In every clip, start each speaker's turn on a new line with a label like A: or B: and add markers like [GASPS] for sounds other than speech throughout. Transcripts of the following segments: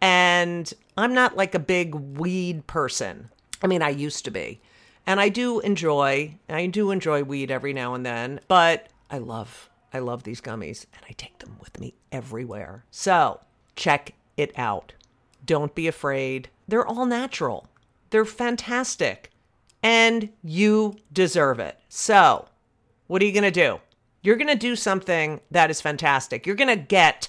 A: And I'm not like a big weed person. I mean, I used to be. And I do enjoy, I do enjoy weed every now and then, but I love I love these gummies and I take them with me everywhere. So check it out. Don't be afraid. They're all natural, they're fantastic, and you deserve it. So, what are you going to do? You're going to do something that is fantastic. You're going to get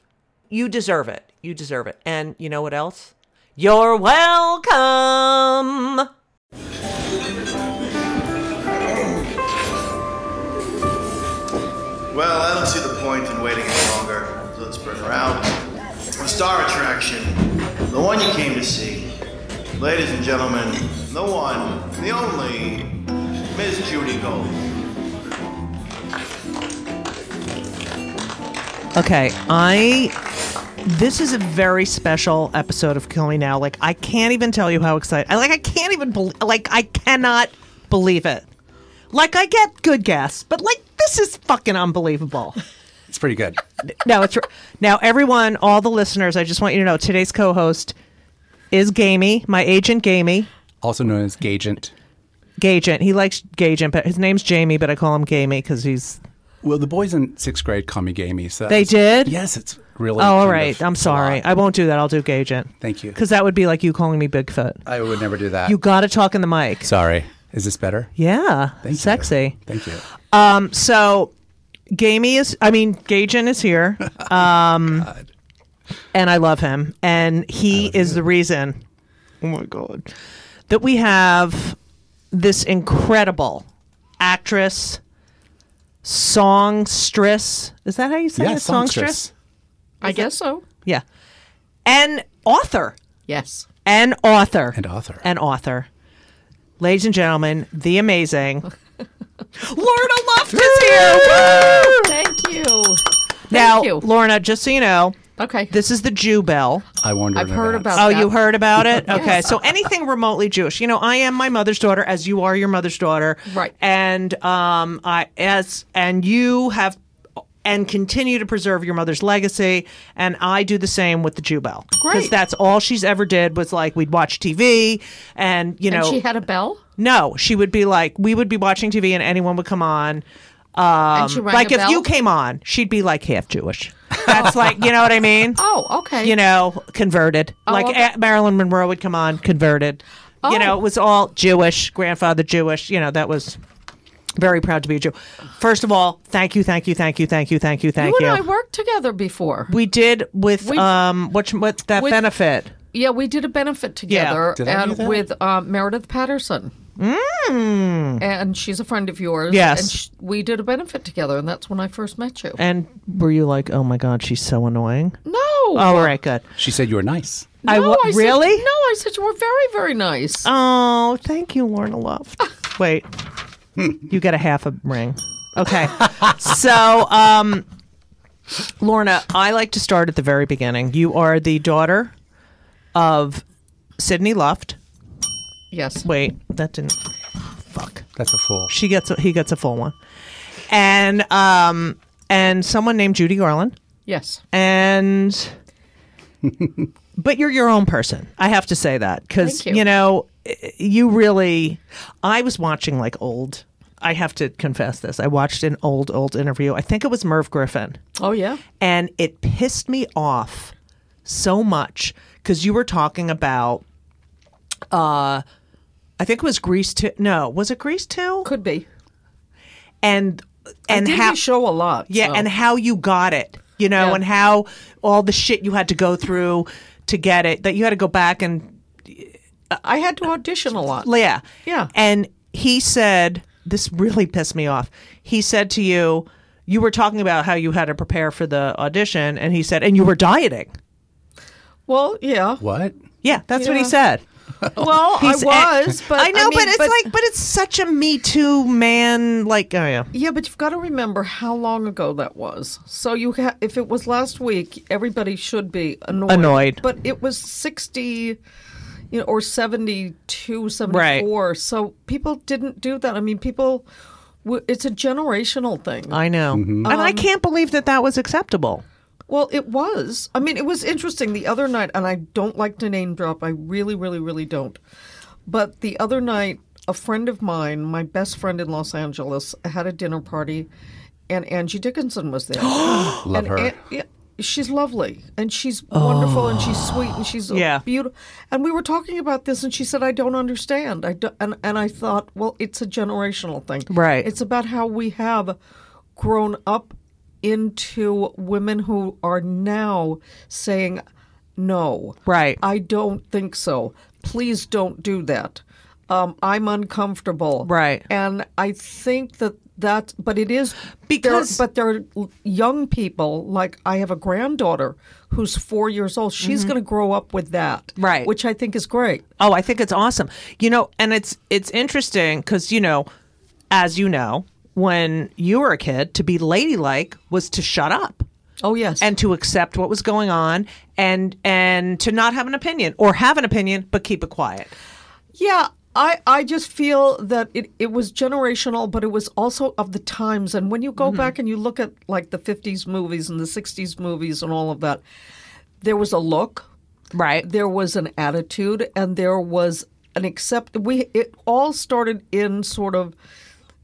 A: You deserve it. You deserve it. And you know what else? You're welcome.
B: Well, I don't see the point in waiting any longer. So let's bring her out. The star attraction, the one you came to see. Ladies and gentlemen, the one, the only, Miss Judy Gold.
A: Okay, I. This is a very special episode of Kill Me Now. Like, I can't even tell you how excited. I like. I can't even believe. Like, I cannot believe it. Like, I get good guests, but like, this is fucking unbelievable.
C: It's pretty good.
A: No, it's now everyone, all the listeners. I just want you to know today's co-host is Gamey, my agent Gamey.
C: Also known as Gagent.
A: Gagent. He likes Gagent, but his name's Jamie, but I call him Gamey because he's.
C: Well, the boys in sixth grade call me Gamey. So
A: They
C: it's-
A: did?
C: Yes, it's really.
A: Oh, all
C: kind
A: right.
C: of
A: I'm
C: a
A: sorry.
C: lot.
A: I won't do that. I'll do Gagent.
C: Thank you.
A: Because that would be like you calling me Bigfoot.
C: I would never do that.
A: You got to talk in the mic.
C: sorry. Is this better?
A: Yeah,
C: Thank you.
A: sexy.
C: Thank you.
A: Um, so Gamey is, I mean, Gajan is
C: [LAUGHS]
A: here. Um, and I love him, and he is the reason. Oh my god, that we have this incredible actress, songstress. Is that how you say
C: Yeah,
A: it?
C: songstress.
D: I guess so.
A: Yeah, and author,
D: Yes.
A: and author,
C: And author.
A: and author. Ladies and gentlemen, the amazing
C: [LAUGHS]
A: Lorna Luft is here. Woo!
D: Thank you.
A: Now,
D: Thank you.
A: Lorna, just so you know,
D: Okay.
A: this is the Jew bell.
C: I wonder.
D: I've heard about
A: Oh,
D: that.
A: you heard about it? Okay. So anything remotely Jewish. You know, I am my mother's daughter, as you are your mother's daughter.
D: Right.
A: And um I as and you have and continue to preserve your mother's legacy. And I do the same with the Jew bell. Because
D: Great.
A: that's all she's ever did was like we'd watch TV and you know
D: And she had a bell.
A: No, she would be like we would be watching TV and anyone would come on. um,
D: And she rang
A: like
D: a
A: if
D: bell?
A: you came on, she'd be like half Jewish. That's like you know what I mean?
D: [LAUGHS] Oh, okay. Oh,
A: you know, converted. like
D: okay.
A: Aunt Marilyn Monroe would come on, converted. You know,
D: Oh.
A: it was all Jewish, grandfather Jewish. You know, that was very proud to be a Jew. First of all, thank you, thank you, thank you, thank you, thank you,
D: you
A: thank you.
D: and I worked together before.
A: we did with
D: We-
A: um, what what that
D: With-
A: benefit?
D: Yeah, we did a benefit together
C: Did I do
D: and
C: that?
D: with uh, Meredith Patterson. Mm. And she's a friend of yours.
A: Yes.
D: And sh- we did a benefit together, and that's when I first met you.
A: And were you like, oh my God, she's so annoying?
D: no.
A: Oh, all right, good.
C: She said you were nice.
A: I
D: no,
A: wa-
D: I said-
A: really?
D: no, I said you were very, very nice.
A: Oh, thank you, Lorna Love. Wait, you get a half a ring. Okay. So, um, Lorna, I like to start at the very beginning. You are the daughter of Sidney Luft.
D: yes.
A: Wait, that didn't. Fuck.
C: That's a fool.
A: She gets a, he gets a full one, and um, and someone named Judy Garland,
D: Yes.
A: and but you're your own person. I have to say that because
D: Thank you.
A: you know you really. I was watching like old. I have to confess this. I watched an old old interview. I think it was Merv Griffin
D: Oh, yeah.
A: and it pissed me off so much because you were talking about uh i think it was greece 2 no was it greece 2
D: Could be.
A: and and
D: Did
A: how
D: we show a lot?
A: yeah
D: so-
A: and how you got it you know
D: Yeah.
A: and how all the shit you had to go through to get it that you had to go back and
D: I had to audition a lot.
A: Leah.
D: Yeah.
A: And he said, this really pissed me off. He said to you, you were talking about how you had to prepare for the audition, and he said, and you were dieting.
D: Well, yeah.
C: What?
A: Yeah, that's what he
D: Yeah.
A: said.
D: Well,
A: He's-
D: I was, but
A: I know,
D: mean,
A: but it's like, but it's such a Me Too man. Like, oh yeah,
D: Yeah, but you've got to remember how long ago that was. So you, ha- if it was last week, everybody should be annoyed.
A: Annoyed.
D: but it was sixty, you know, or 72, 74. So people didn't do that. I mean, people. w- It's a generational thing.
A: I know,
D: Mm-hmm.
A: and
D: Um,
A: I can't believe that that was acceptable.
D: Well, it was. I mean, it was interesting the other night, and I don't like to name drop. I really, really, really don't. But the other night, a friend of mine, my best friend in Los Angeles, had a dinner party, and Angie Dickinson was there. Love
C: her.
D: yeah, she's lovely, and she's wonderful, and she's sweet, and she's
A: Yeah.
D: beautiful. And we were talking about this, and she said, "I don't understand." I do and and I thought, well, it's a generational thing,
A: Right.
D: It's about how we have grown up into women who are now saying, "No,
A: Right.
D: I don't think so. Please don't do that. Um, I'm uncomfortable,
A: Right.
D: And I think that that, but it is
A: Because-
D: there, but there are l- young people like I have a granddaughter who's four years old. She's going to grow up with that,
A: Mm-hmm. Right.
D: Which I think is great.
A: Oh, I think it's awesome. You know, and it's it's interesting because you know, as you know, when you were a kid, to be ladylike was to shut up.
D: Oh yes,
A: and to accept what was going on and and to not have an opinion or have an opinion but keep it quiet
D: Yeah, I, I just feel that it, it was generational, but it was also of the times. And when you
A: Mm-hmm.
D: go back and you look at like the 50s movies and the 60s movies and all of that, there was a look,
A: right
D: there was an attitude, and there was an accept. We It all started in sort of,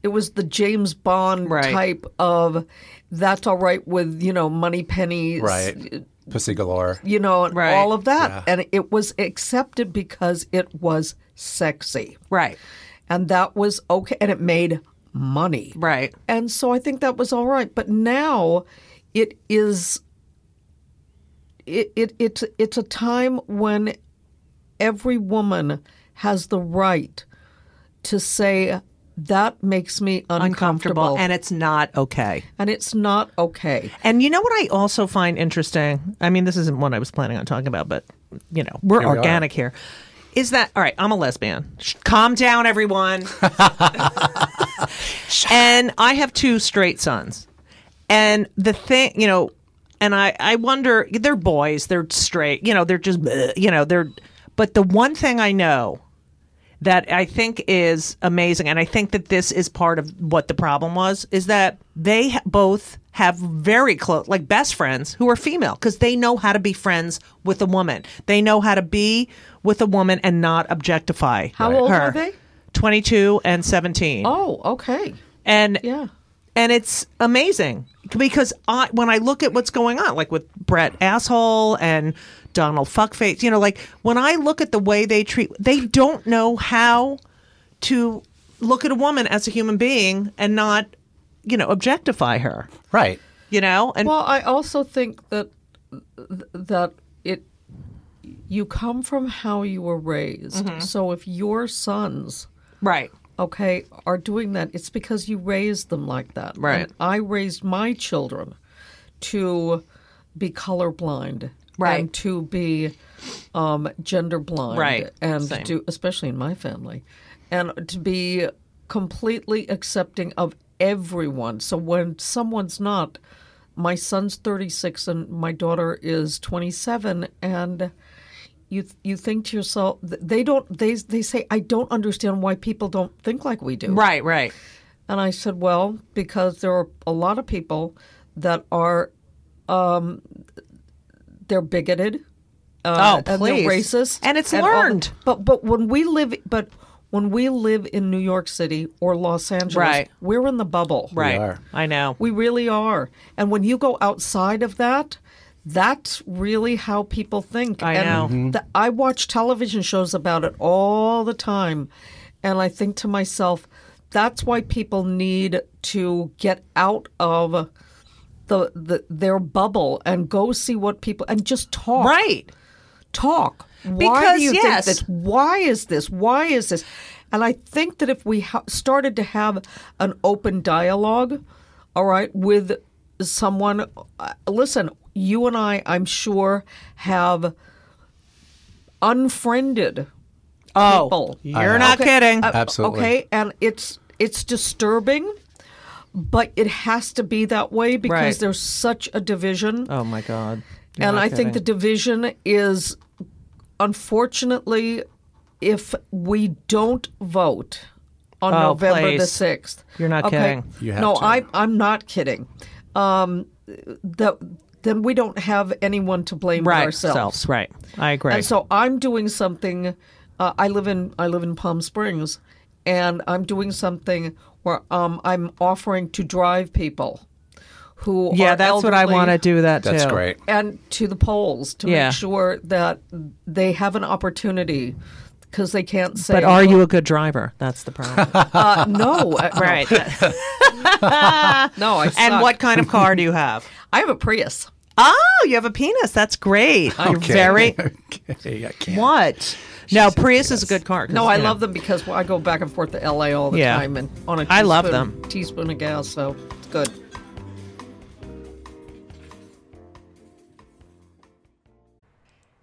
D: it was the James Bond
A: Right.
D: type of that's all right with, you know, money pennies,
C: Right. Pussy galore.
D: you know, and
A: Right.
D: all of that. And it was accepted because it was sexy
A: right
D: and that was okay and it made money
A: right
D: and so i think that was all right but now it is it, it it's it's a time when every woman has the right to say that makes me uncomfortable,
A: uncomfortable and it's not okay
D: and it's not okay
A: and you know what i also find interesting i mean this isn't what i was planning on talking about but you know we're
C: we are.
A: organic here is that all right i'm a lesbian Sh- calm down
C: [LAUGHS]
A: everyone and i have two straight sons and the thing you know and i i wonder they're boys they're straight you know they're just bleh, you know they're but the one thing i know that i think is amazing and i think that this is part of what the problem was is that they ha- both have very close like best friends who are female because they know how to be friends with a woman they know how to be with a woman and not objectify
D: How old
A: her.
D: are they?
A: 22 and 17
D: oh okay
A: and
D: yeah
A: and it's amazing because I when I look at what's going on, like with Brett asshole and Donald fuckface, you know, like when I look at the way they treat, they don't know how to look at a woman as a human being and not, you know, objectify her,
C: Right. [LAUGHS]
A: you know, and
D: well i also think that that it you come from how you were raised.
A: Mm-hmm.
D: So if your sons,
A: Right.
D: okay, are doing that, it's because you raised them like that.
A: Right.
D: And I raised my children to be colorblind.
A: Right.
D: And to be um, gender blind.
A: Right.
D: And
A: Same.
D: to, especially in my family, and to be completely accepting of everyone. So when someone's not, my son's 36 and my daughter is 27, and you you think to yourself th- they don't they they say I don't understand why people don't think like we do.
A: Right, right.
D: And I said, well, because there are a lot of people that are um they're bigoted. uh,
A: Oh,
D: and
A: please.
D: they're racist.
A: And it's
D: all the-
A: learned.
D: but but when we live but when we live in New York City or Los Angeles,
A: Right.
D: we're in the bubble.
A: Right.
C: are.
A: I know.
D: We really are. And when you go outside of that, that's really how people think.
A: I
D: and
A: know. Mm-hmm.
D: The, I watch television shows about it all the time. And I think to myself, that's why people need to get out of the, the their bubble and go see what people and just talk.
A: Right.
D: Talk. why
A: Because,
D: do you
A: yes.
D: think this? Why is this? Why is this? And I think that if we ha- started to have an open dialogue, all right, with someone, uh, listen, you and I, I'm sure, have unfriended
A: Oh,
D: people. uh,
A: You're not kidding.
C: Absolutely.
D: Okay, and it's it's disturbing, but it has to be that way because
A: Right.
D: there's such a division
A: oh my god. You're
D: and
A: not
D: I think the
A: kidding.
D: division is, unfortunately, if we don't vote on
A: Oh,
D: November the
A: please.
D: sixth,
A: You're not kidding.
C: You have
D: no,
C: to.
D: I, I'm not kidding. Um, that then we don't have anyone to blame but
A: right
D: ourselves.
A: selves, Right. I agree.
D: And so I'm doing something. Uh, I live in I live in Palm Springs, and I'm doing something where um, I'm offering to drive people who
A: yeah,
D: are
A: that's what I
D: elderly-
A: want to do. That
C: That's
A: too.
C: great.
D: and to the polls to
A: Yeah.
D: make sure that they have an opportunity because they can't say.
A: But are you a good driver? That's the problem.
D: Uh, no, uh,
A: [LAUGHS]
D: no.
A: right.
D: No, I
A: and
D: suck.
A: what kind of car do you have?
D: I have a Prius.
A: [LAUGHS] Oh, you have a penis. That's great. You're
C: Okay.
A: very
C: okay, I can't. [LAUGHS]
A: what? No, Prius is a good car. 'cause,
D: No, I
A: you know,
D: love them because I go back and forth to L.A. all the
A: Yeah.
D: time and on a
A: I love
D: teaspoon-
A: them.
D: teaspoon of gas, so it's good.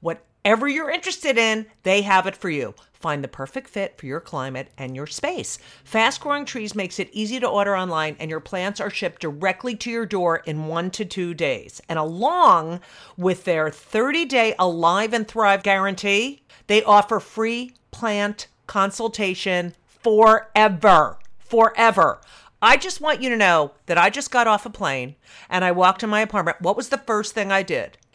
A: Whatever you're interested in, they have it for you. Find the perfect fit for your climate and your space. Fast Growing Trees makes it easy to order online, and your plants are shipped directly to your door in one to two days. And along with their 30 day Alive and Thrive guarantee, they offer free plant consultation forever. Forever. I just want you to know that I just got off a plane and I walked to my apartment. What was the first thing I did?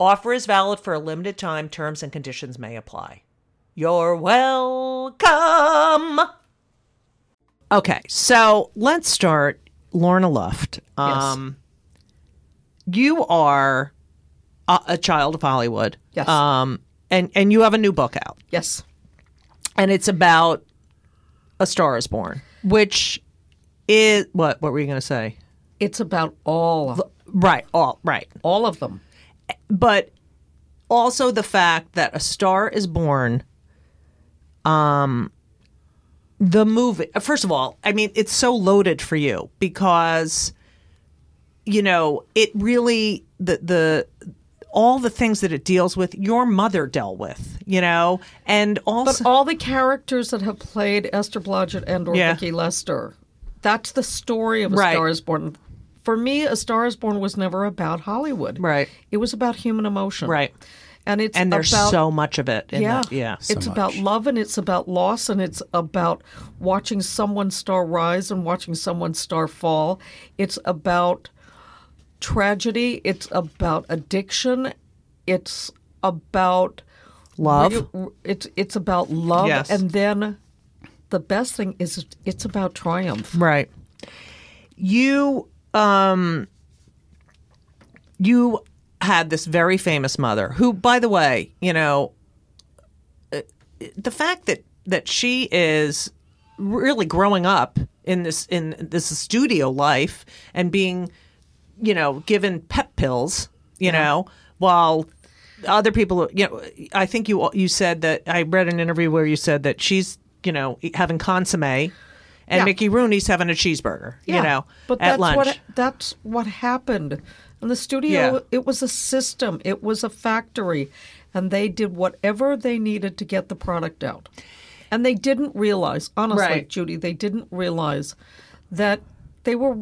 A: Offer is valid for a limited time. Terms and conditions may apply. You're welcome. Okay, so let's start. Lorna Luft. Um, You are a, a child of Hollywood.
D: Yes.
A: Um, and, and you have a new book out,
D: Yes.
A: and it's about A Star is Born, which is what? What were you going to say?
D: It's about all
A: Right. All right.
D: all of them.
A: but also the fact that a star is born um the movie first of all i mean it's so loaded for you because you know it really the the all the things that it deals with your mother dealt with you know and
D: But
A: also
D: all the characters that have played Esther Blodgett and or
A: Yeah.
D: Vicki Lester. That's the story of A
A: Right.
D: Star is Born. For me, A Star is Born was never about Hollywood.
A: Right.
D: It was about human emotion.
A: Right.
D: And it's
A: and there's
D: about
A: so much of it in
D: yeah,
A: that, yeah
D: It's about love and it's about loss and it's about watching someone star rise and watching someone star fall. It's about tragedy. It's about addiction. It's about
A: Love.
D: re- it's it's about love,
A: Yes.
D: and then the best thing is it's about triumph.
A: Right. You um you had this very famous mother who by the way, you know, uh, the fact that that she is really growing up in this in this studio life and being you know, given pep pills, you know, while other people, you know, I think you you said that I read an interview where you said that she's, you know, having consomme, and
D: Yeah.
A: Mickey Rooney's having a cheeseburger, you know,
D: but
A: at
D: that's
A: lunch.
D: what that's what happened. And the studio,
A: Yeah.
D: it was a system, it was a factory, and they did whatever they needed to get the product out. And they didn't realize, honestly,
A: Right.
D: Judy, they didn't realize that they were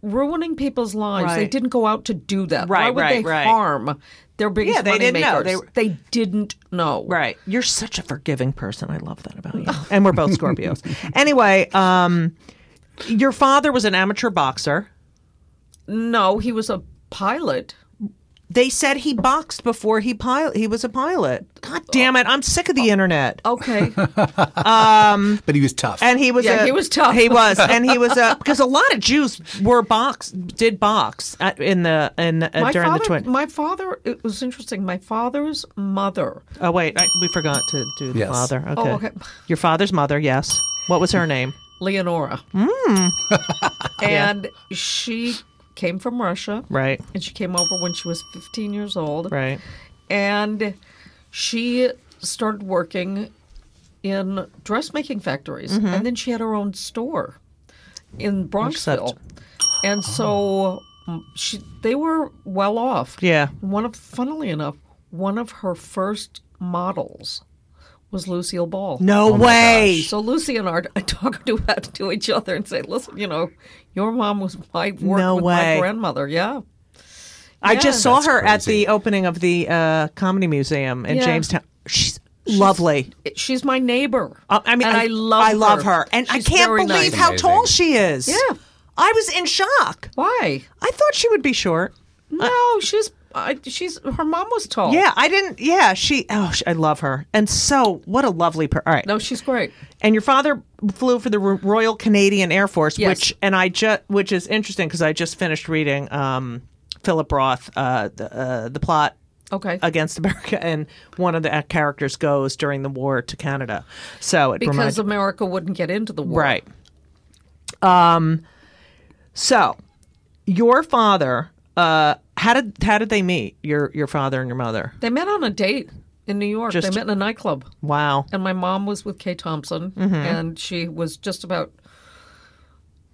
D: ruining people's lives. They
A: Right.
D: didn't go out to do that. Why
A: Right,
D: would
A: right,
D: they
A: right.
D: harm their biggest
A: Yeah, they
D: money
A: didn't know.
D: makers?
A: They were-
D: They didn't know.
A: Right. You're such a forgiving person. I love that
D: [LAUGHS]
A: about you. And we're both Scorpios. anyway, um, your father was an amateur boxer.
D: No, he was a pilot.
A: They said he boxed before he pil- he was a pilot. God
D: Oh.
A: damn it. I'm sick of the internet. [LAUGHS]
D: Okay.
C: But he was tough.
A: and he was
D: Yeah,
A: a-
D: he was tough.
A: He
D: [LAUGHS]
A: was, and he was a because a lot of Jews were box did box at, in the in the, uh,
D: my
A: during
D: father,
A: the twin.
D: My father, it was interesting. My father's mother,
A: oh wait, I, we forgot to do the
C: Yes.
A: father. Okay.
D: Oh, okay.
A: your father's mother. Yes, what was her name?
D: Leonora,
A: Mm.
D: [LAUGHS] and she came from Russia,
A: Right,
D: and she came over when she was 15 years old,
A: right,
D: and she started working in dressmaking factories,
A: Mm-hmm.
D: and then she had her own store in Bronxville, and so mm, she they were well off.
A: yeah.
D: One of, funnily enough, one of her first models was Lucille Ball.
C: Oh
A: No way.
D: So Lucy and I I talk to [LAUGHS] to each other and say, "Listen, you know, your mom was my worked
A: No
D: with
A: way.
D: my grandmother. Yeah,
A: I just
D: Yeah.
A: saw
C: That's
A: her at
C: crazy.
A: the opening of the uh, comedy museum in
D: Yeah.
A: Jamestown. She's, lovely.
D: It- she's my neighbor.
A: Uh, I mean,
D: and I, love
A: I love her, and
D: She's
A: I can't
D: very
A: believe
D: nice.
A: how
C: Amazing.
A: tall she is.
D: Yeah.
A: I was in shock.
D: Why?
A: I thought she would be short.
D: No, she's I, she's her mom was tall.
A: Uh, Yeah, I didn't. Yeah, she. Oh, sh I love her. And so, what a lovely per. All right.
D: no, she's great.
A: And your father flew for the Ro- Royal Canadian Air Force,
D: Yes.
A: which and I just which is interesting because I just finished reading um, Philip Roth, uh, the uh, the plot
D: Okay,
A: against America, [LAUGHS] and one of the uh, characters goes during the war to Canada. So it reminds
D: because America wouldn't get into the war.
A: Right. Um, so your father, uh, how did how did they meet? Your your father and your mother.
D: They met on a date in New York.
A: Just-
D: they met in a nightclub.
A: Wow.
D: and my mom was with Kay Thompson,
A: Mm-hmm.
D: and she was just about.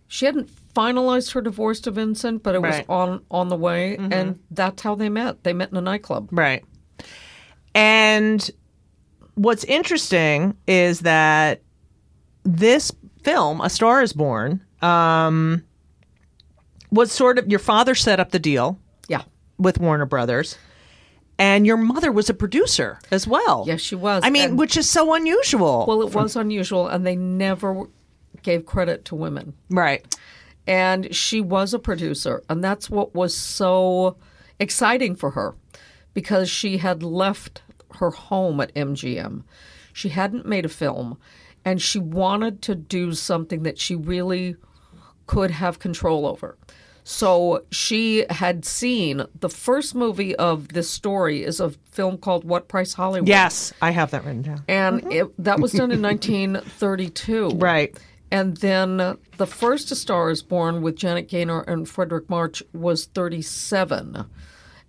D: She hadn't finalized her divorce to Vincent, but it was
A: Right. Mm-hmm.
D: on on the way, and that's how they met. They met in a nightclub.
A: Right. And what's interesting is that this film, A Star is Born, um, was sort of your father set up the deal
D: Yeah,
A: with Warner Brothers, and your mother was a producer as well.
D: yes, she was.
A: I mean,
D: and-
A: which is so unusual.
D: well, it was unusual, and they never gave credit to women.
A: right.
D: and she was a producer and that's what was so exciting for her because she had left her home at MGM she hadn't made a film and she wanted to do something that she really could have control over. So she had seen the first movie of this story is a film called What Price Hollywood.
A: Yes, I have that written down.
D: And it, that was done in 1932.
A: Mm-hmm. [LAUGHS] Right.
D: And then the first A Star is Born with Janet Gaynor and Frederick March was 37.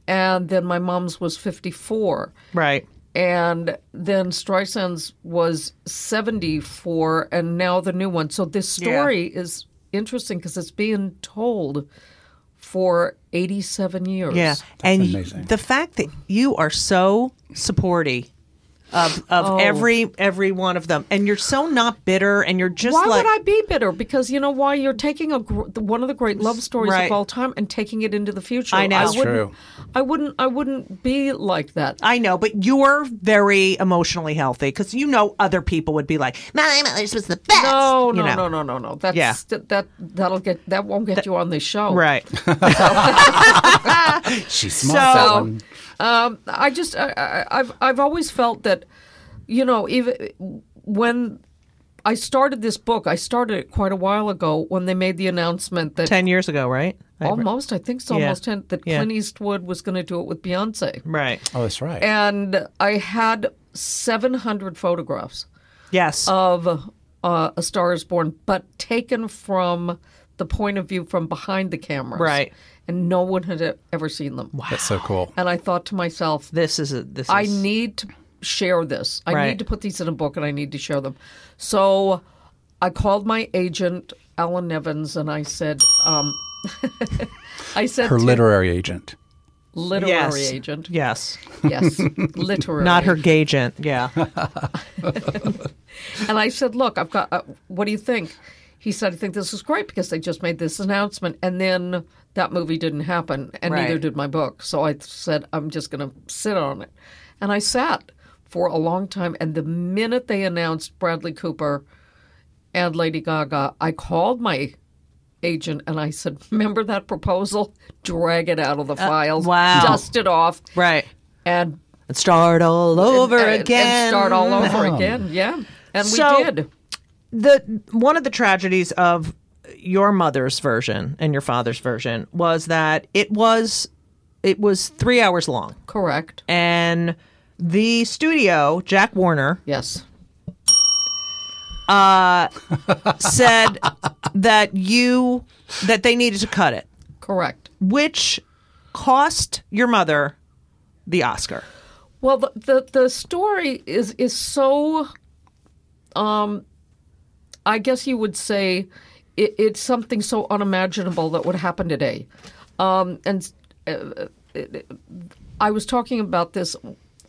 D: And then My Mom's was 54.
A: Right.
D: And then Streisand's was 74, and now the new one. So this story is interesting because it's being told for 87 years.
A: Yeah. and y-
C: amazing.
A: the fact that you are so supporty of of
D: Oh.
A: every every one of them and you're so not bitter and you're just
D: Why
A: like
D: would I be bitter? Because you know why you're taking a gr- the- one of the great love stories
A: Right.
D: of all time and taking it into the future.
A: I know. That's
D: I wouldn't,
C: true.
D: I wouldn't. I wouldn't be like that.
A: I know, but you're very emotionally healthy because you know other people would be like, "My mother's was the best."
D: no, no,
A: you know.
D: no, no, no, no. That's
A: Yeah.
D: that, that that'll get that won't get you on this show.
A: Right. [LAUGHS]
C: She smart that
A: So-
C: one.
D: Um, I just I, I, I've I've always felt that, you know, even when I started this book, I started it quite a while ago when they made the announcement that
A: 10 years ago, right? I-
D: almost I think it's
A: Yeah.
D: almost ten, that
A: Yeah.
D: Clint Eastwood was going to do it with Beyonce.
A: right.
C: Oh, that's right.
D: and I had 700 photographs
A: Yes.
D: Oh, of uh, A Star is Born, but taken from the point of view from behind the cameras.
A: Right.
D: And no one had e- ever seen them.
C: that's so cool.
D: And I thought to myself,
A: this is a this is
D: I need to share this. I
A: Right.
D: need to put these in a book and I need to share them. So I called my agent, Alan Evans, and I said, um, [LAUGHS] I said
C: Her
D: to
C: literary agent.
D: literary
A: yes.
D: agent.
A: Yes. [LAUGHS]
D: Yes. literary.
A: Not her gagent.
D: [LAUGHS]
A: Yeah.
D: And I said, "Look, I've got. Uh, what do you think?" He said, "I think this is great because they just made this announcement, and then that movie didn't happen, and neither
A: Right.
D: did my book. So I said, I'm just going to sit on it, and I sat for a long time. And the minute they announced Bradley Cooper and Lady Gaga, I called my agent and I said, "Remember that proposal? Drag it out of the files,
A: Uh, wow.
D: dust it off,
A: right.
D: and
A: And start all over
D: and-
A: again.
D: and start all over again." Yeah, and
A: So-
D: we did.
A: the one of the tragedies of your mother's version and your father's version was that it was it was three hours long
D: Correct.
A: and the studio jack warner
D: Yes. [LAUGHS]
A: said that you that they needed to cut it
D: Correct.
A: which cost your mother the oscar
D: Well, the the, the story is is so, um, I guess you would say, it, it's something so unimaginable that would happen today, um, and uh, it- I was talking about this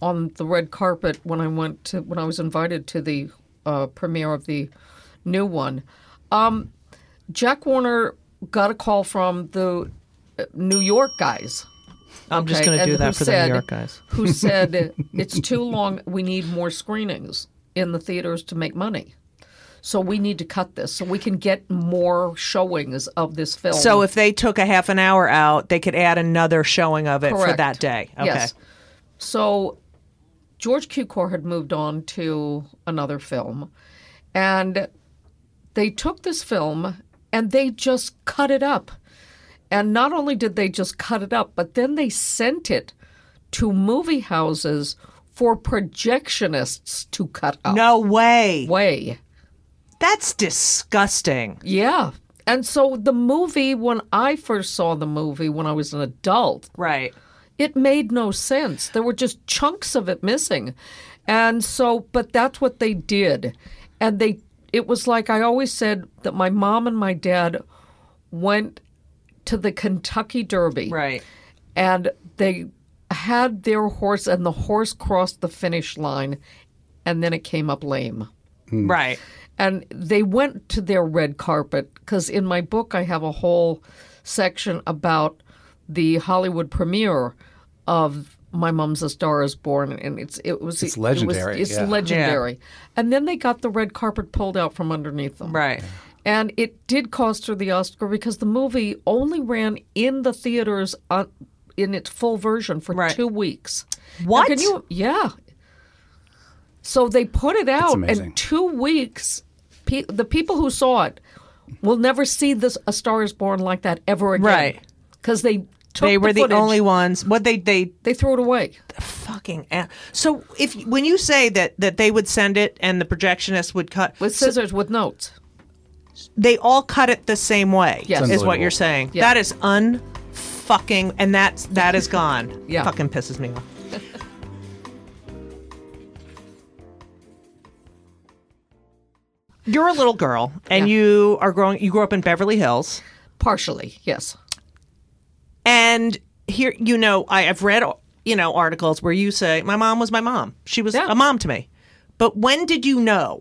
D: on the red carpet when I went to when I was invited to the uh, premiere of the new one. Um, Jack Warner got a call from the uh, New York guys.
A: i'm just
D: Okay,
A: going to do
D: and
A: that
D: who
A: for the
D: said-
A: new york guys [LAUGHS]
D: Who said it's too long? We need more screenings in the theaters to make money. So we need to cut this so we can get more showings of this film.
A: so if they took a half an hour out they could add another showing of it for
D: Correct.
A: that day okay
D: Yes. So George Cukor had moved on to another film, and they took this film and they just cut it up. And not only did they just cut it up, but then they sent it to movie houses for projectionists to cut up.
A: no way
D: Way.
A: that's disgusting
D: Yeah. And so the movie, when I first saw the movie when I was an adult,
A: right
D: it made no sense. There were just chunks of it missing. And so, but that's what they did. And they, it was like I always said that my mom and my dad went to the Kentucky Derby.
A: Right.
D: And they had their horse, and the horse crossed the finish line, and then it came up lame
A: Right.
D: and they went to their red carpet because in my book I have a whole section about the Hollywood premiere of My Mom's a Star Is Born, and it's it was
C: It's
D: it was-
C: legendary,
D: it's
C: yeah.
D: legendary, and then they got the red carpet pulled out from underneath them,
A: Right.
D: And it did cost her the Oscar because the movie only ran in the theaters on, in its full version for
A: Right.
D: two weeks. Now,
A: What?
D: can you? Yeah. So they put it out,
C: amazing.
D: and two weeks, pe- the people who saw it We'll never see this A Star Is Born like that ever again,
A: Right.
D: Because they took
A: they were the,
D: footage,
A: only ones. What they they
D: They threw it away.
A: fucking. a- So if when you say that that they would send it and the projectionist would cut,
D: with
A: so
D: scissors with notes.
A: they all cut it the same way.
D: Yes. It's
A: is what
C: unbelievable.
A: you're saying.
D: Yeah.
A: That is un fucking and that's that is gone.
D: [LAUGHS] Yeah.
A: fucking pisses me off. You're a little girl and
D: Yeah.
A: you are growing you grew up in Beverly Hills.
D: Partially, yes.
A: And here, you know, I, I've read, you know, articles where you say, my mom was my mom. She was
D: Yeah.
A: a mom to me. But when did you know,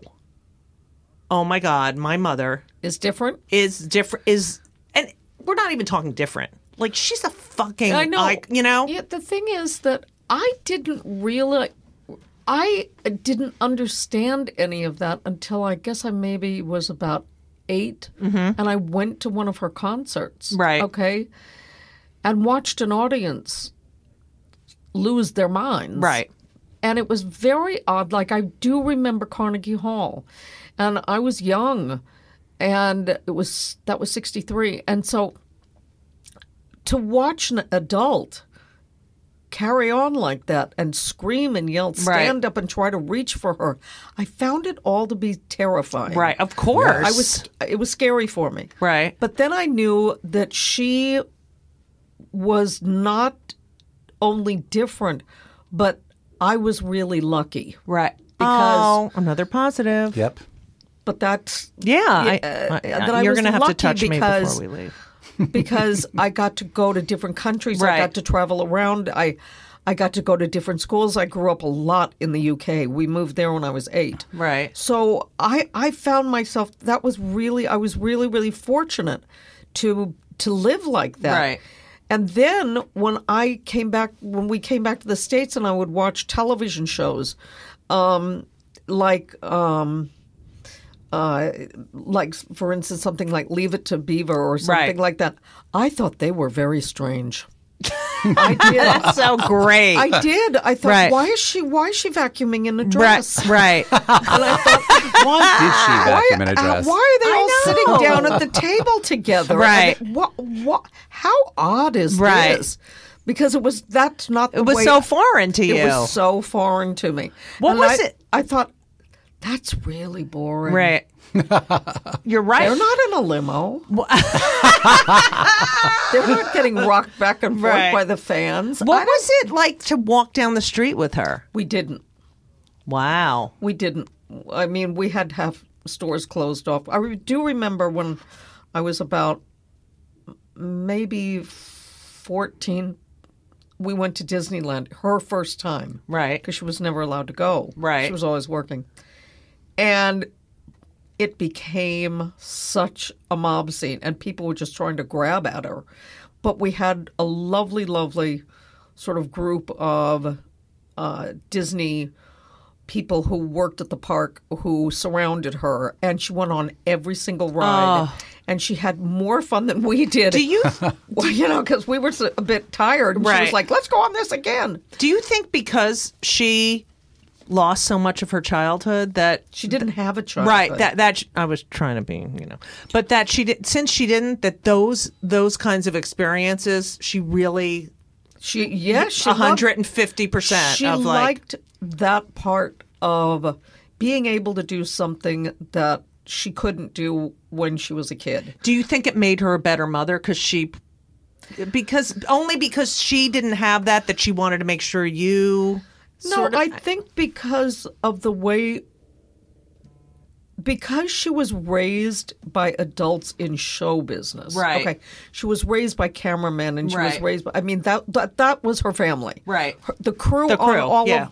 A: oh my God, my mother
D: It's different.
A: is different, is, and we're not even talking different. Like, she's a fucking,
D: I know.
A: like, you know?
D: Yeah, the thing is that I didn't realize, I didn't understand any of that until I guess I maybe was about 8 and I went to one of her concerts.
A: Mm-hmm. Right.
D: Okay. And watched an audience lose their minds.
A: Right.
D: And it was very odd. Like, I do remember Carnegie Hall, and I was young, and it was that was 63. And so to watch an adult carry on like that and scream and yell, stand up and try to reach for her, I found it all to be terrifying.
A: Right. Of course.
D: I was, it was scary for me.
A: Right.
D: But then I knew that she was not only different, but I was really lucky.
A: right.
D: because-
A: oh, another positive.
C: Yep.
D: But that's
A: Yeah. I,
D: Yeah,
A: I-
D: uh, that I
A: you're
D: was
A: gonna have to
D: lucky
A: touch me
D: because-
A: before we leave. [LAUGHS]
D: because I got to go to different countries.
A: Right.
D: I got to travel around. I I got to go to different schools. I grew up a lot in the UK. We moved there when I was eight.
A: Right.
D: So I I found myself that was really I was really really fortunate to to live like that.
A: Right.
D: And then when I came back when we came back to the states and I would watch television shows um like um uh, like for instance something like leave it to beaver or something
A: Right.
D: like that i thought they were very strange i did
A: [LAUGHS] That's [LAUGHS] so great.
D: i did i thought
A: Right.
D: why is she why is she vacuuming in a dress
A: right. [LAUGHS] Right.
D: and i thought
C: Why did she vacuum in a
D: uh,
C: dress?
D: Why are they all
A: know.
D: sitting down at the table together?
A: Right.
D: What? What? How odd is
A: Right.
D: this? Because it was that's not. The
A: It was
D: way-
A: so foreign to you.
D: It was so foreign to me.
A: What
D: And
A: was
D: I-
A: it?
D: I thought that's really boring.
A: [LAUGHS] Right. You're right.
D: They're not in a limo.
A: [LAUGHS]
D: [LAUGHS] They're not getting rocked back and forth
A: Right.
D: by the fans. I
A: what
D: don't-
A: was it like to walk down the street with her?
D: we didn't?
A: Wow.
D: We didn't. I mean, we had to have stores closed off. I re- do remember when I was about maybe 14, we went to Disneyland her first time.
A: Right.
D: Because she was never allowed to go.
A: Right.
D: She was always working. And it became such a mob scene, and people were just trying to grab at her. But we had a lovely, lovely sort of group of uh, Disney people who worked at the park who surrounded her, and she went on every single ride. And she had more fun than we did.
A: Do
D: [LAUGHS]
A: you
D: Well, you know, because we were so- a bit tired. And She
A: Right.
D: was like, "Let's go on this again."
A: do you think because she lost so much of her childhood that
D: She didn't have a child.
A: right that that I was trying to be you know but that she did since she didn't that those those kinds of experiences she really
D: she yes, she loved-
A: 150 percent
D: She
A: of like
D: liked that part of being able to do something that she couldn't do when she was a kid.
A: do you think it made her a better mother because she because only because she didn't have that that she wanted to make sure you
D: No,
A: sort of-
D: I think because of the way, because she was raised by adults in show business.
A: Right.
D: Okay. She was raised by cameramen, and she
A: Right.
D: was raised by. I mean that that that was her family.
A: Right.
D: Her- the crew.
A: The
D: On
A: crew,
D: all
A: yeah.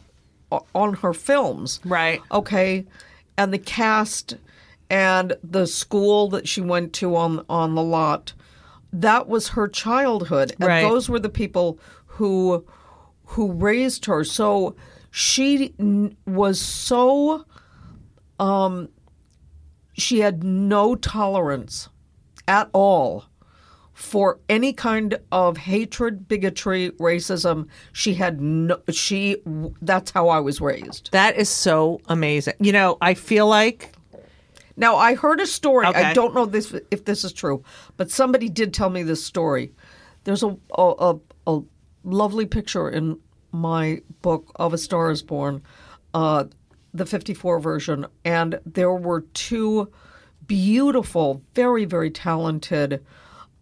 D: of on her films.
A: Right.
D: Okay, and the cast and the school that she went to on on the lot. That was her childhood, and
A: Right.
D: those were the people who who raised her. So she n- was so um she had no tolerance at all for any kind of hatred, bigotry, racism. She had no she that's how I was raised.
A: That is so amazing. You know, I feel like
D: Now I heard a story. I
A: Okay.
D: don't know this if this is true, but somebody did tell me this story. There's a a, a, a lovely picture in my book of A Star Is Born, uh, the '54 version, and there were two beautiful, very very talented.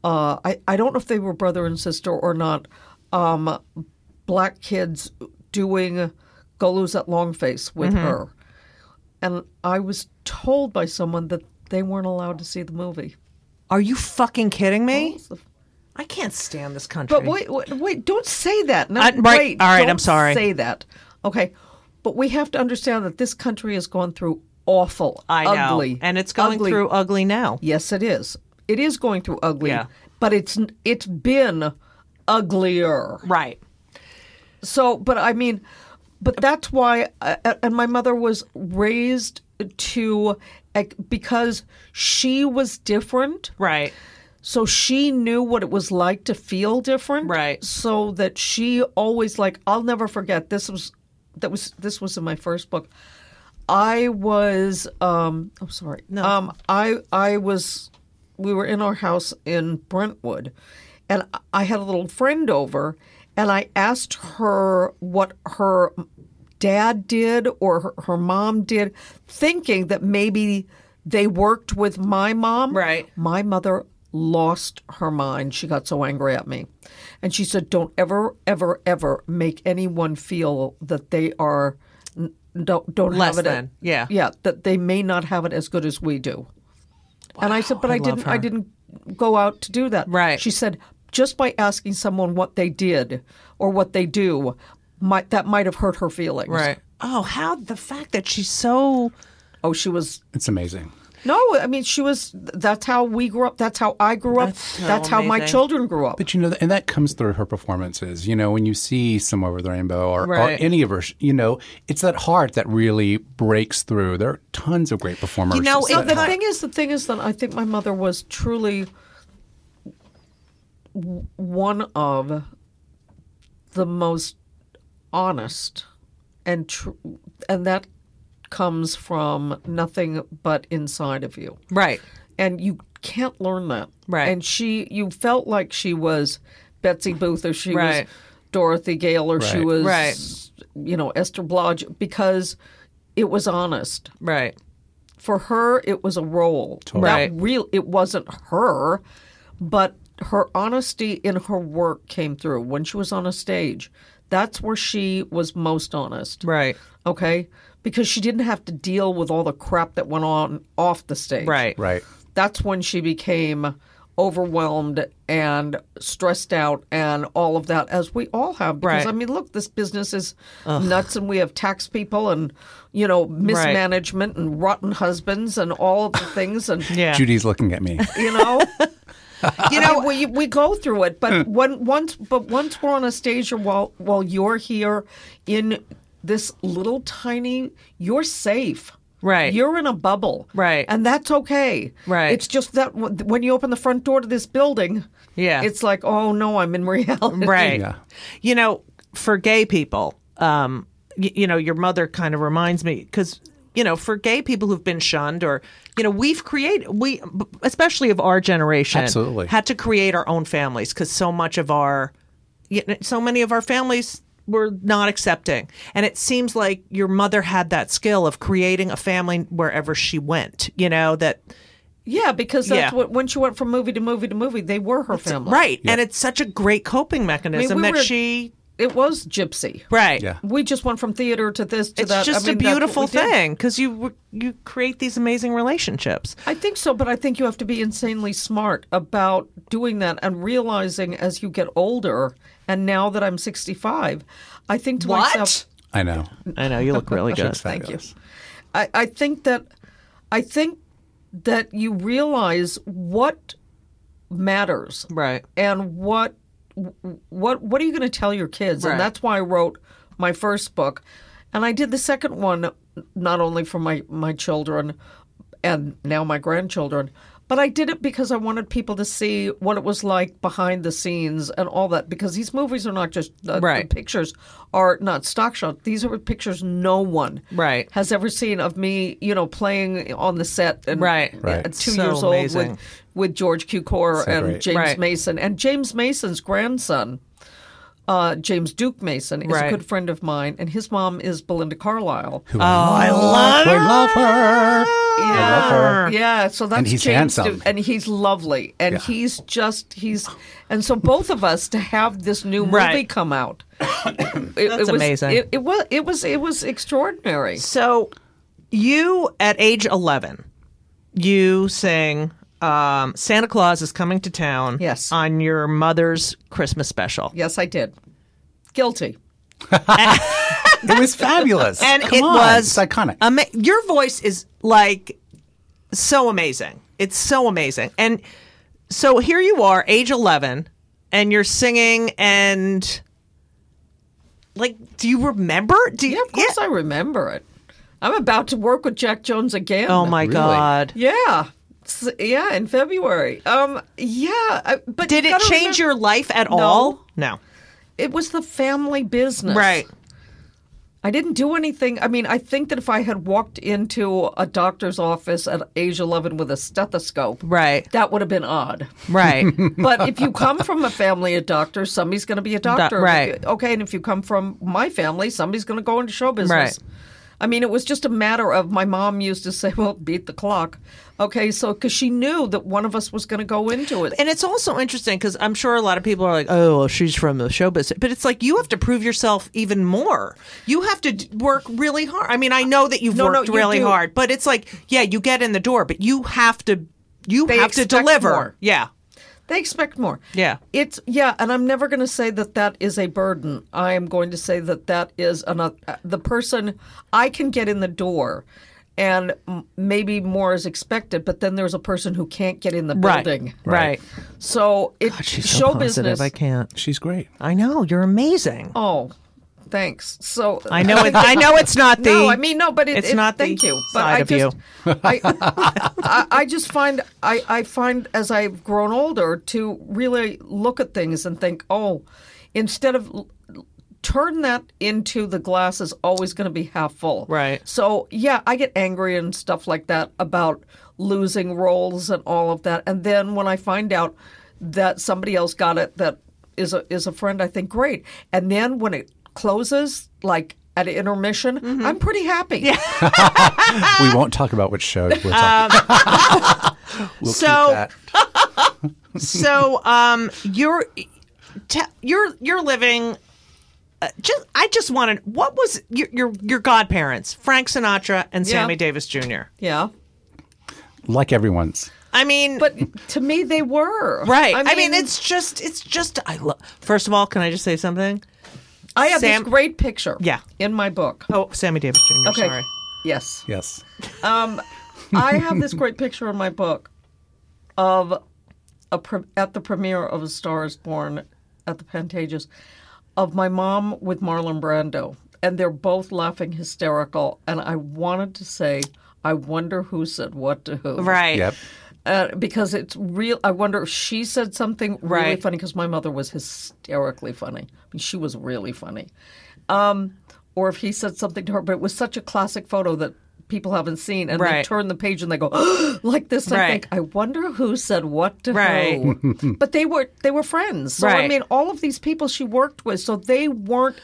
D: Uh, I I don't know if they were brother and sister or not. Um, black kids doing Golos at Longface with her and I was told by someone that they weren't allowed to see the movie.
A: Are you fucking kidding me? I can't stand this country.
D: But wait, wait, wait don't say that. No,
A: Uh, right.
D: wait,
A: All right, I'm
D: don't
A: sorry.
D: Say that. Okay, but we have to understand that this country has gone through awful,
A: I know.
D: ugly,
A: and it's going
D: ugly-
A: through ugly now.
D: Yes, it is. It is going through ugly.
A: Yeah.
D: But it's n- it's been uglier.
A: Right.
D: So, but I mean, but that's why, uh, and my mother was raised to, like, because she was different.
A: Right.
D: So she knew what it was like to feel different.
A: Right.
D: So that she always like I'll never forget this was that was this was in my first book. I was um I'm sorry. No. Um I I was we were in our house in Brentwood and I had a little friend over and I asked her what her dad did or her, her mom did thinking that maybe they worked with my mom.
A: Right.
D: My mother lost her mind. She got so angry at me. And she said, Don't ever, ever, ever make anyone feel that they are, n- don't, don't
A: Less
D: have it.
A: than. Yeah.
D: Yeah. That they may not have it as good as we do. and I said, But
A: I
D: I,
A: love
D: didn't, I
A: her.
D: didn't go out to do that.
A: Right.
D: She said, Just by asking someone what they did or what they do, might, that might have hurt her feelings.
A: Oh, how the fact that she's so
D: Oh, she was
C: It's amazing.
D: No, I mean she was. That's how we grew up. That's how I grew up. That's,
A: so
D: how my
A: amazing.
D: children grew up.
C: But you know, and that comes through her performances. You know, when you see Somewhere Over the Rainbow or,
A: Right.
C: or any of her, sh- you know, it's that heart that really breaks through. There are tons of great performers.
A: You know,
C: that
A: it-
C: have
D: the
C: that
D: thing is, the thing is that I think my mother was truly w- one of the most honest, and tr- and that comes from nothing but inside of you.
A: right.
D: and you can't learn that.
A: Right.
D: And she, you felt like she was Betsy Booth, or she
A: Right.
D: was Dorothy Gale, or she
C: Right.
D: was,
A: Right.
D: you know, Esther Blodge, because it was honest.
A: Right.
D: For her, it was a role.
A: Right.
D: Not real. It wasn't her, but her honesty in her work came through when she was on a stage. That's where she was most honest.
A: Right.
D: Okay. Because she didn't have to deal with all the crap that went on off the stage
A: Right.
C: Right.
D: that's when she became overwhelmed and stressed out and all of that as we all have because
A: Right.
D: i mean look this business is nuts and we have tax people and you know mismanagement and rotten husbands and all of the things and
A: [LAUGHS] Yeah.
C: Judy's looking at me.
A: [LAUGHS]
D: you know you know we we go through it but
A: Hmm.
D: when once but once we're on a stage or while while you're here in this little tiny you're safe
A: Right.
D: you're in a bubble
A: Right.
D: and that's okay
A: Right.
D: it's just that w- when you open the front door to this building
A: Yeah.
D: it's like oh no i'm in reality
A: Right.
C: Yeah.
A: You know, for gay people, um, y- you know, your mother kind of reminds me because you know, for gay people who've been shunned, or you know, we've created we, b- especially of our generation,
C: Absolutely.
A: had to create our own families because so much of our, y- so many of our families were not accepting, and it seems like your mother had that skill of creating a family wherever she went. You know that
D: [LAUGHS] yeah because that's
A: Yeah.
D: what when she went from movie to movie to movie they were her family
A: right, and it's such a great coping mechanism
D: we
A: that
D: were-
A: she
D: it was gypsy
A: right
C: Yeah.
D: we just went from theater to this to
A: it's
D: that I
A: just
D: mean,
A: a
D: that's what
A: beautiful
D: we did.
A: thing because you you create these amazing relationships.
D: I think so, but I think you have to be insanely smart about doing that and realizing as you get older. And now that I'm 65, I think to myself,
A: [LAUGHS]
C: I know.
A: I know you look really good.
D: thank you. I, I think that I think that you realize what matters
A: Right.
D: and what what what are you going to tell your kids
A: Right.
D: and that's why i wrote my first book and i did the second one not only for my my children and now my grandchildren But I did it because I wanted people to see what it was like behind the scenes and all that. Because these movies are not just the, the
A: Right.
D: pictures are not stock shot. These are pictures no one
A: Right.
D: has ever seen of me. You know, playing on the set and
A: Right.
C: Right.
D: at two
A: So
D: years old
A: amazing.
D: with with George Cukor and
C: great.
D: James
A: Right.
D: Mason and James Mason's grandson. Uh, James Duke Mason is
A: Right.
D: a good friend of mine, and his mom is Belinda Carlisle.
C: Who I
A: Oh,
C: love, I love her.
D: Yeah,
C: love her.
D: yeah. So that's
C: And he's
D: James
C: handsome.
D: Duke, and he's lovely, and
C: Yeah.
D: he's just he's, and so both of us to have this new movie
A: Right.
D: come out. It, it
A: [COUGHS] That's
D: was,
A: amazing.
D: It, it was it was it was extraordinary.
A: [LAUGHS] So, you at age 11, you sing um, Santa Claus is Coming to Town
D: Yes.
A: on your mother's Christmas special.
D: Yes, I did. Guilty.
C: It was
A: [LAUGHS]
C: fabulous.
A: And
C: Come
A: it
C: on.
A: was
C: it's iconic.
A: ama- your voice is like so amazing. It's so amazing. And so here you are, age 11, and you're singing and like do you remember? Do you,
D: Yeah, of course I remember it. I'm about to work with Jack Jones again.
A: Oh my
C: Really?
A: god.
D: Yeah. S- yeah, in February. Um, yeah, I- but
A: Did
D: you
A: it
D: gotta
A: change
D: remember-
A: your life at all? No.
D: It was the family business,
A: Right.
D: I didn't do anything. I mean, I think that if I had walked into a doctor's office at age 11 with a stethoscope,
A: Right.
D: that would have been odd.
A: Right.
D: But if you come from a family of doctors, somebody's going to be a doctor.
A: right.
D: Okay, and if you come from my family, somebody's going to go into show
A: Right.
D: business. I mean, it was just a matter of my mom used to say, "Well, beat the clock." Okay, so because she knew that one of us was going to go into it.
A: and it's also interesting because I'm sure a lot of people are like, "Oh, well, she's from the show business," but it's like you have to prove yourself even more. You have to d- work really hard. I mean, I know that you've
D: No, no,
A: worked
D: you
A: really
D: do.
A: hard, but it's like, yeah, you get in the door, but you have to, you
D: They
A: have to
D: expect
A: deliver.
D: more.
A: Yeah,
D: They expect more.
A: Yeah.
D: It's yeah, and I'm never going to say that that is a burden. I am going to say that that is an uh, the person I can get in the door and m- maybe more is expected, but then there's a person who can't get in the building.
A: right.
D: So it
A: She's so
D: show
A: positive.
D: business.
A: I can't.
C: She's great.
A: I know you're amazing.
D: Oh, thanks. So
A: I know. It, I know it's not the.
D: [LAUGHS] No, I mean no, but it,
A: it's
D: it-
A: not the
D: Thank you, but
A: side
D: I
A: of
D: just,
A: you.
D: [LAUGHS] I, I, I just find I, I find as I've grown older to really look at things and think, oh, instead of l- turn that into the glass is always going to be half full.
A: Right.
D: So yeah, I get angry and stuff like that about losing roles and all of that, and then when I find out that somebody else got it that is a is a friend, I think great, and then when it closes like. At intermission,
A: Mm-hmm.
D: I'm pretty happy. Yeah.
A: Ah.
C: We won't talk about which show we're talking about. [LAUGHS] we'll
A: Um. so-
C: keep that.
A: so um you're te- you're you're living uh, just I just wanted what was your your, your godparents Frank Sinatra and
D: Yeah.
A: Sammy Davis Jr.
D: Yeah.
C: like everyone's.
A: I mean
D: But to me, they were.
A: right I mean, it's just it's just I love First of all can I just say something
D: I have
A: Sam-
D: this great picture.
A: Yeah.
D: In my book.
A: Oh Sammy Davis Jr.
D: Okay.
A: sorry
D: Yes.
C: Yes.
D: I have this great picture in my book of a pre- at the premiere of A Star Is Born at the Pantages of my mom with Marlon Brando, and they're both laughing hysterical. And I wanted to say, I wonder who said what to who.
A: right
C: Yep.
D: uh, because it's real. I wonder if she said something really
A: Right.
D: funny because my mother was hysterically funny. I mean, she was really funny. Um, or if he said something to her, but it was such a classic photo that people haven't seen, and they
A: Right.
D: turn the page and they go [GASPS] like this. and I
A: Right.
D: think I wonder who said what to
A: Right.
D: who. [LAUGHS] but they were they were friends. So I
A: Right.
D: mean, all of these people she worked with, so they weren't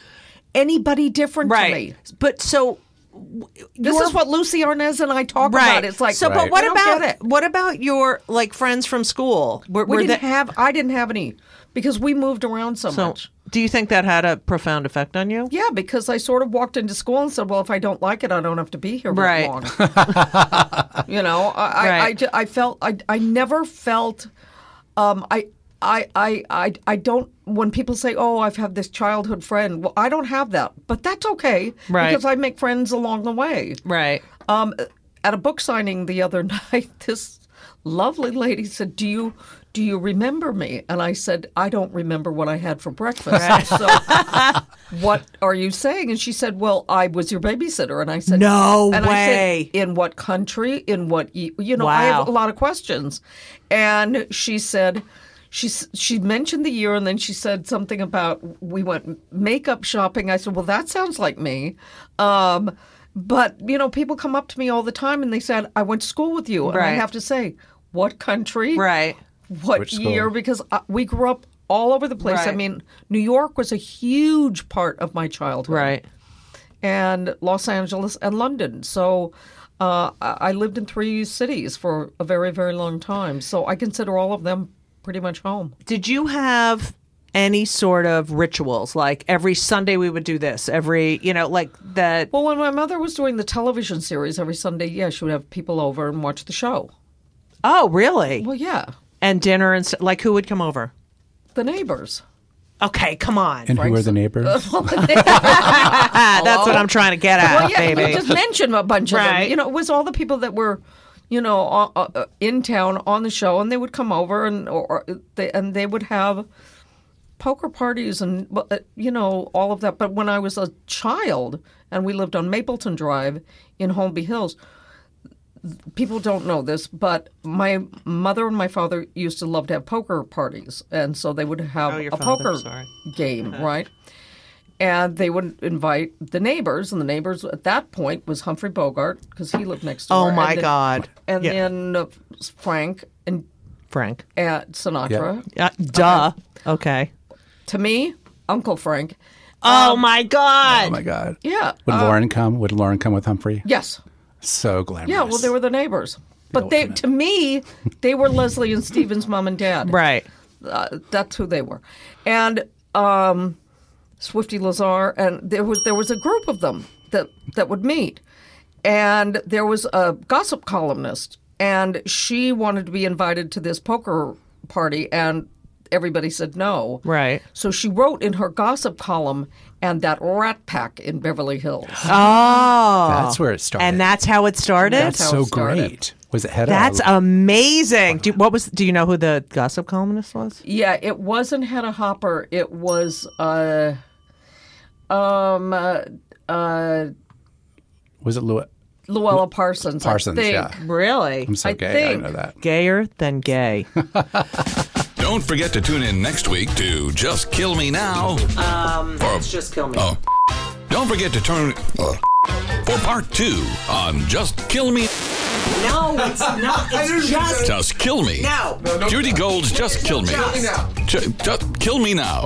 D: anybody different to
A: right
D: me.
A: but so
D: This is what Lucy Arnez and I talk about. It's like
A: so
C: Right.
A: but what
D: I don't get
A: about
D: it.
A: what about your like friends from school were,
D: We
A: were
D: didn't
A: they-
D: have. I didn't have any because we moved around so,
A: so
D: much.
A: do you think that had a profound effect on you
D: Yeah, because I sort of walked into school and said, "Well, if I don't like it, I don't have to be here very
A: Right. [LAUGHS]
D: long." you know, I, I- I,
A: Right.
D: ju- I felt I, I never felt um, I. I, I, I, I don't, when people say, oh, I've had this childhood friend, well, I don't have that. But that's okay
A: Right.
D: because I make friends along the way.
A: right
D: [LAUGHS] Um, at a book signing the other night, this lovely lady said, "Do you Do you remember me? And I said, I don't remember what I had for breakfast. So, [LAUGHS] what are you saying? And she said, Well, I was your babysitter. And I said,
A: No
D: and
A: way.
D: I said, In what country? In what, e-? you know, I have
A: Wow.
D: a lot of questions. And she said, she, s- she mentioned the year and then she said something about we went makeup shopping. I said, Well, that sounds like me. Um, but, you know, people come up to me all the time and they said, I went to school with you. And I
A: Right.
D: have to say, What country?
A: Right.
D: what
C: Which school?
D: year because uh, we grew up all over the place. I
A: Right.
D: mean, New York was a huge part of my childhood,
A: Right.
D: And Los Angeles and London. So uh, I I lived in three cities for a very, very long time. So I consider all of them pretty much home.
A: Did you have any sort of rituals? Like every Sunday we would do this, every, you know, like that.
D: Well, when my mother was doing the television series every Sunday, yeah, she would have people over and watch the show.
A: Oh, really?
D: Well, yeah,
A: And dinner and st- like who would come over?
D: the neighbors. [LAUGHS]
A: Okay, come on.
C: And who are the neighbors?
A: Ah, [LAUGHS] that's what I'm trying to get at,
D: Well, yeah,
A: baby.
D: you just mentioned a bunch of
A: Right.
D: them. You know, it was all the people that were, you know, uh, uh, in town on the show, and they would come over and or, or they and they would have poker parties and uh, you know all of that. But when I was a child and we lived on Mapleton Drive in Holmby Hills. People don't know this, but my mother and my father used to love to have poker parties, and so they would have
A: Oh, your
D: a
A: father,
D: poker
A: sorry. Uh-huh.
D: game, right? and they would invite the neighbors, and the neighbors at that point was Humphrey Bogart because he lived next
A: oh,
D: door.
A: my
D: and then-
A: God.
D: And
A: Yeah.
D: then uh, Frank and
A: Frank.
D: uh, Sinatra.
A: Uh, duh. Okay.
D: To me, Uncle Frank. Um,
A: Oh, my
C: Oh
A: God.
C: my God.
D: Yeah.
C: Would
D: uh,
C: Lauren come? Would Lauren come with Humphrey?
D: yes.
C: So glamorous.
D: Yeah. Well, they were the neighbors, but they to me they were Leslie and Stephen's mom and dad.
A: right.
D: uh, that's who they were, and um, Swifty Lazar, and there was there was a group of them that that would meet, and there was a gossip columnist, and she wanted to be invited to this poker party, and everybody said no,
A: Right.
D: So she wrote in her gossip column, and that Rat Pack in Beverly Hills.
C: Ah.
A: Oh.
C: That's where it started.
A: And that's how it started?
D: That's
C: That's
D: how
C: so
D: it started.
C: great. Was it Hedda?
A: That's amazing. Do, what was? Do you know who the gossip columnist was?
D: Yeah, it wasn't Hedda Hopper. It was uh, um, uh, uh,
C: was it Lou?
D: Luella Parsons.
C: Parsons,
D: I think.
C: yeah.
A: Really?
C: I'm so
D: I
C: gay.
D: think-
C: I know that.
A: Gayer than gay.
E: Don't forget to tune in next week to Just Kill Me Now.
A: Just kill me.
E: Oh. Don't forget to turn uh, for part two on Just Kill Me.
A: No, it's not. It's just
E: Just Kill Me.
A: no.
E: Judy Gold's Just Kill Me.
A: Kill Me Now.
E: Ju- just Kill Me Now.